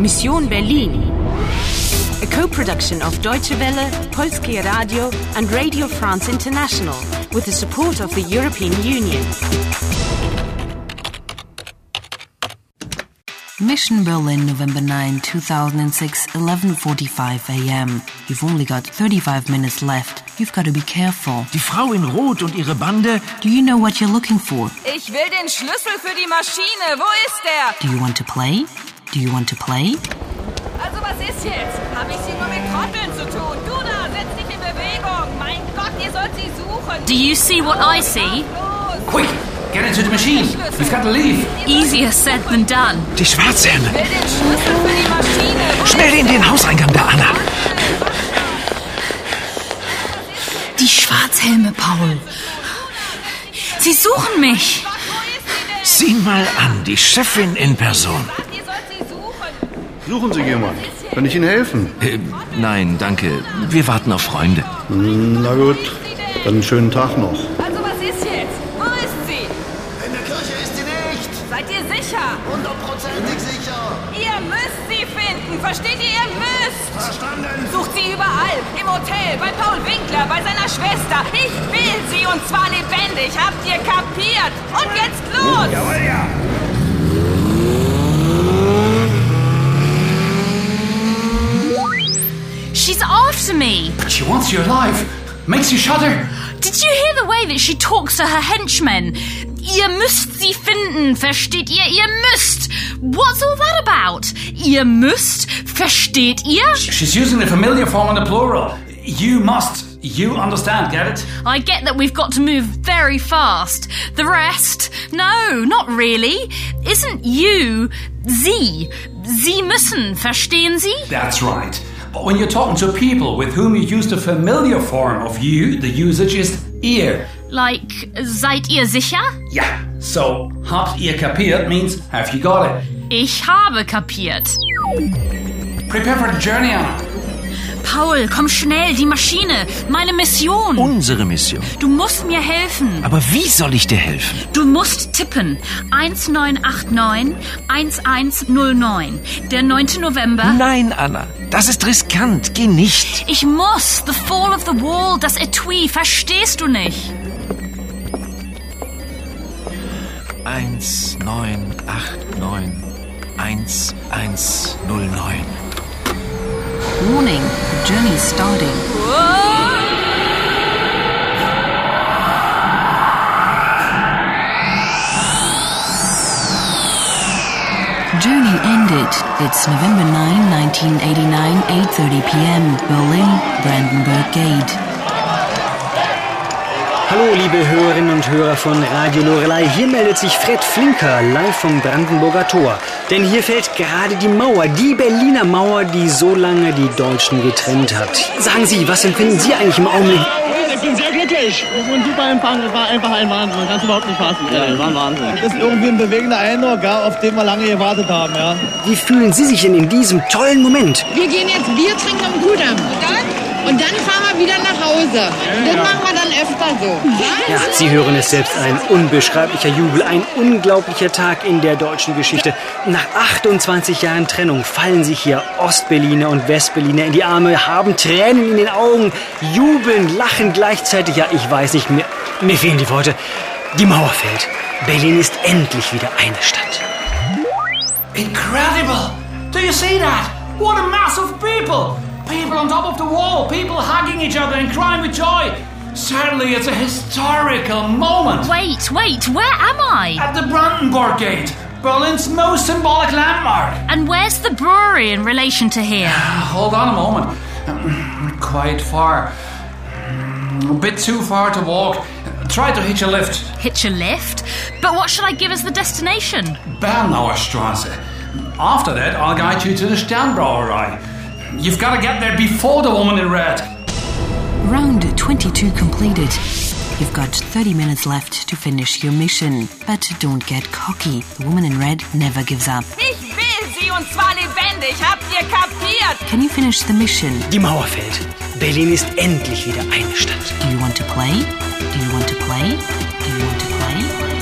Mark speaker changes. Speaker 1: Mission Berlin. A co-production of Deutsche Welle, Polskie Radio and Radio France International with the support of the European Union.
Speaker 2: Mission Berlin, November 9, 2006, 11:45 a.m. You've only got 35 minutes left. You've got to be careful.
Speaker 3: Die Frau in Rot und ihre Bande.
Speaker 2: Do you know what you're looking for?
Speaker 4: Ich will den Schlüssel für die Maschine. Wo ist der?
Speaker 2: Do you want to play? Do you want to play?
Speaker 4: Also was ist jetzt? Habe ich hier nur mit Trotteln zu tun? Du da, setz dich in Bewegung. Mein Gott, ihr sollt sie suchen.
Speaker 5: Do you see what I see?
Speaker 4: Los.
Speaker 3: Quick, get into the machine. You've got to leave.
Speaker 5: Easier said than done.
Speaker 3: Die Schwarzärmel.
Speaker 4: Will den Schlüssel für die Maschine. Wo
Speaker 3: Schnell in den Hauseingang da, Anna.
Speaker 5: Die Schwarzhelme, Paul. Sie suchen mich.
Speaker 3: Sieh mal an, die Chefin in Person.
Speaker 4: ist- Ihr sollt sie suchen.
Speaker 6: Suchen Sie jemanden. Kann ich Ihnen helfen?
Speaker 3: Äh, nein, danke. Wir warten auf Freunde.
Speaker 6: Hm, Na gut, dann einen schönen Tag noch.
Speaker 4: Also was ist jetzt? Wo ist sie?
Speaker 7: In der Kirche ist sie nicht!
Speaker 4: Seid ihr sicher?
Speaker 7: Hundertprozentig sicher!
Speaker 4: Ihr müsst sie finden. Versteht ihr? Ihr müsst.
Speaker 7: Verstanden!
Speaker 4: Sucht sie überall. Im Hotel, bei Paul Winkler, bei seiner Schwester. Ich will sie und zwar lebendig. Habt ihr kapiert? Und jetzt los.
Speaker 7: Jawohl, ja!
Speaker 5: She's after me.
Speaker 3: She wants your life. Makes you shudder.
Speaker 5: Did you hear the way that she talks to her henchmen? Ihr müsst sie finden, versteht ihr? Ihr müsst. What's all that about? Ihr müsst, versteht ihr?
Speaker 8: She's using the familiar form in the plural. You must. You understand, get it?
Speaker 5: I get that we've got to move very fast. The rest? No, not really. Isn't you Sie? Sie müssen, verstehen Sie?
Speaker 8: That's right. But when you're talking to people with whom you use the familiar form of you, the usage is ear.
Speaker 5: Like, seid ihr sicher?
Speaker 8: Yeah. So, habt ihr kapiert means have you got it?
Speaker 5: Ich habe kapiert.
Speaker 8: Prepare for the journey, Anna.
Speaker 5: Paul, komm schnell, die Maschine, meine Mission.
Speaker 3: Unsere Mission.
Speaker 5: Du musst mir helfen.
Speaker 3: Aber wie soll ich dir helfen?
Speaker 5: Du musst tippen. 1989 1109. Der 9. November.
Speaker 3: Nein, Anna. Das ist riskant. Geh nicht.
Speaker 5: Ich muss. The Fall of the Wall, das Etui. Verstehst du nicht?
Speaker 3: 1989 1109.
Speaker 2: Warning, the journey's starting. Journey ended. It's November 9, 1989, 8:30 p.m. Berlin, Brandenburg Gate.
Speaker 9: Hallo, liebe Hörerinnen und Hörer von Radio Lorelei. Hier meldet sich Fred Flinker live vom Brandenburger Tor. Denn hier fällt gerade die Mauer, die Berliner Mauer, die so lange die Deutschen getrennt hat. Sagen Sie, was empfinden Sie eigentlich im Augenblick?
Speaker 10: Ich bin sehr glücklich. Und super Empfang, das war einfach ein Wahnsinn. Man kann es überhaupt nicht fassen. Ja, das war ein Wahnsinn. Das ist irgendwie ein bewegender Eindruck, ja, auf den wir lange gewartet haben. Ja.
Speaker 9: Wie fühlen Sie sich denn in diesem tollen Moment?
Speaker 11: Wir gehen jetzt Bier trinken am Kudamm. Und dann? Und dann fahren wir wieder nach Hause. das machen wir dann öfter so.
Speaker 9: Ja, Sie hören es selbst, ein unbeschreiblicher Jubel, ein unglaublicher Tag in der deutschen Geschichte. Nach 28 Jahren Trennung fallen sich hier Ostberliner und Westberliner in die Arme, haben Tränen in den Augen, jubeln, lachen gleichzeitig. Ja, ich weiß nicht, mir, mir fehlen die Worte. Die Mauer fällt. Berlin ist endlich wieder eine Stadt.
Speaker 8: Incredible! Do you see that? What a mass of people! People on top of the wall, people hugging each other and crying with joy. Certainly, it's a historical moment.
Speaker 5: Wait, wait, where am I?
Speaker 8: At the Brandenburg Gate, Berlin's most symbolic landmark.
Speaker 5: And where's the brewery in relation to here?
Speaker 8: Hold on a moment. Mm, Quite far. Mm, A bit too far to walk. Try to hitch a lift.
Speaker 5: Hitch a lift? But what should I give as the destination?
Speaker 8: Bernauer Straße. After that, I'll guide you to the Sternbrauerei. You've got to get there before the woman in red.
Speaker 2: Round 22 completed. You've got 30 minutes left to finish your mission, but don't get cocky. The woman in red never gives up.
Speaker 4: Ich will sie und zwar lebendig. Habt ihr kapiert?
Speaker 2: Can you finish the mission?
Speaker 9: Die Mauer fällt. Berlin ist endlich wieder eine Stadt.
Speaker 2: Do you want to play? Do you want to play? Do you want to play?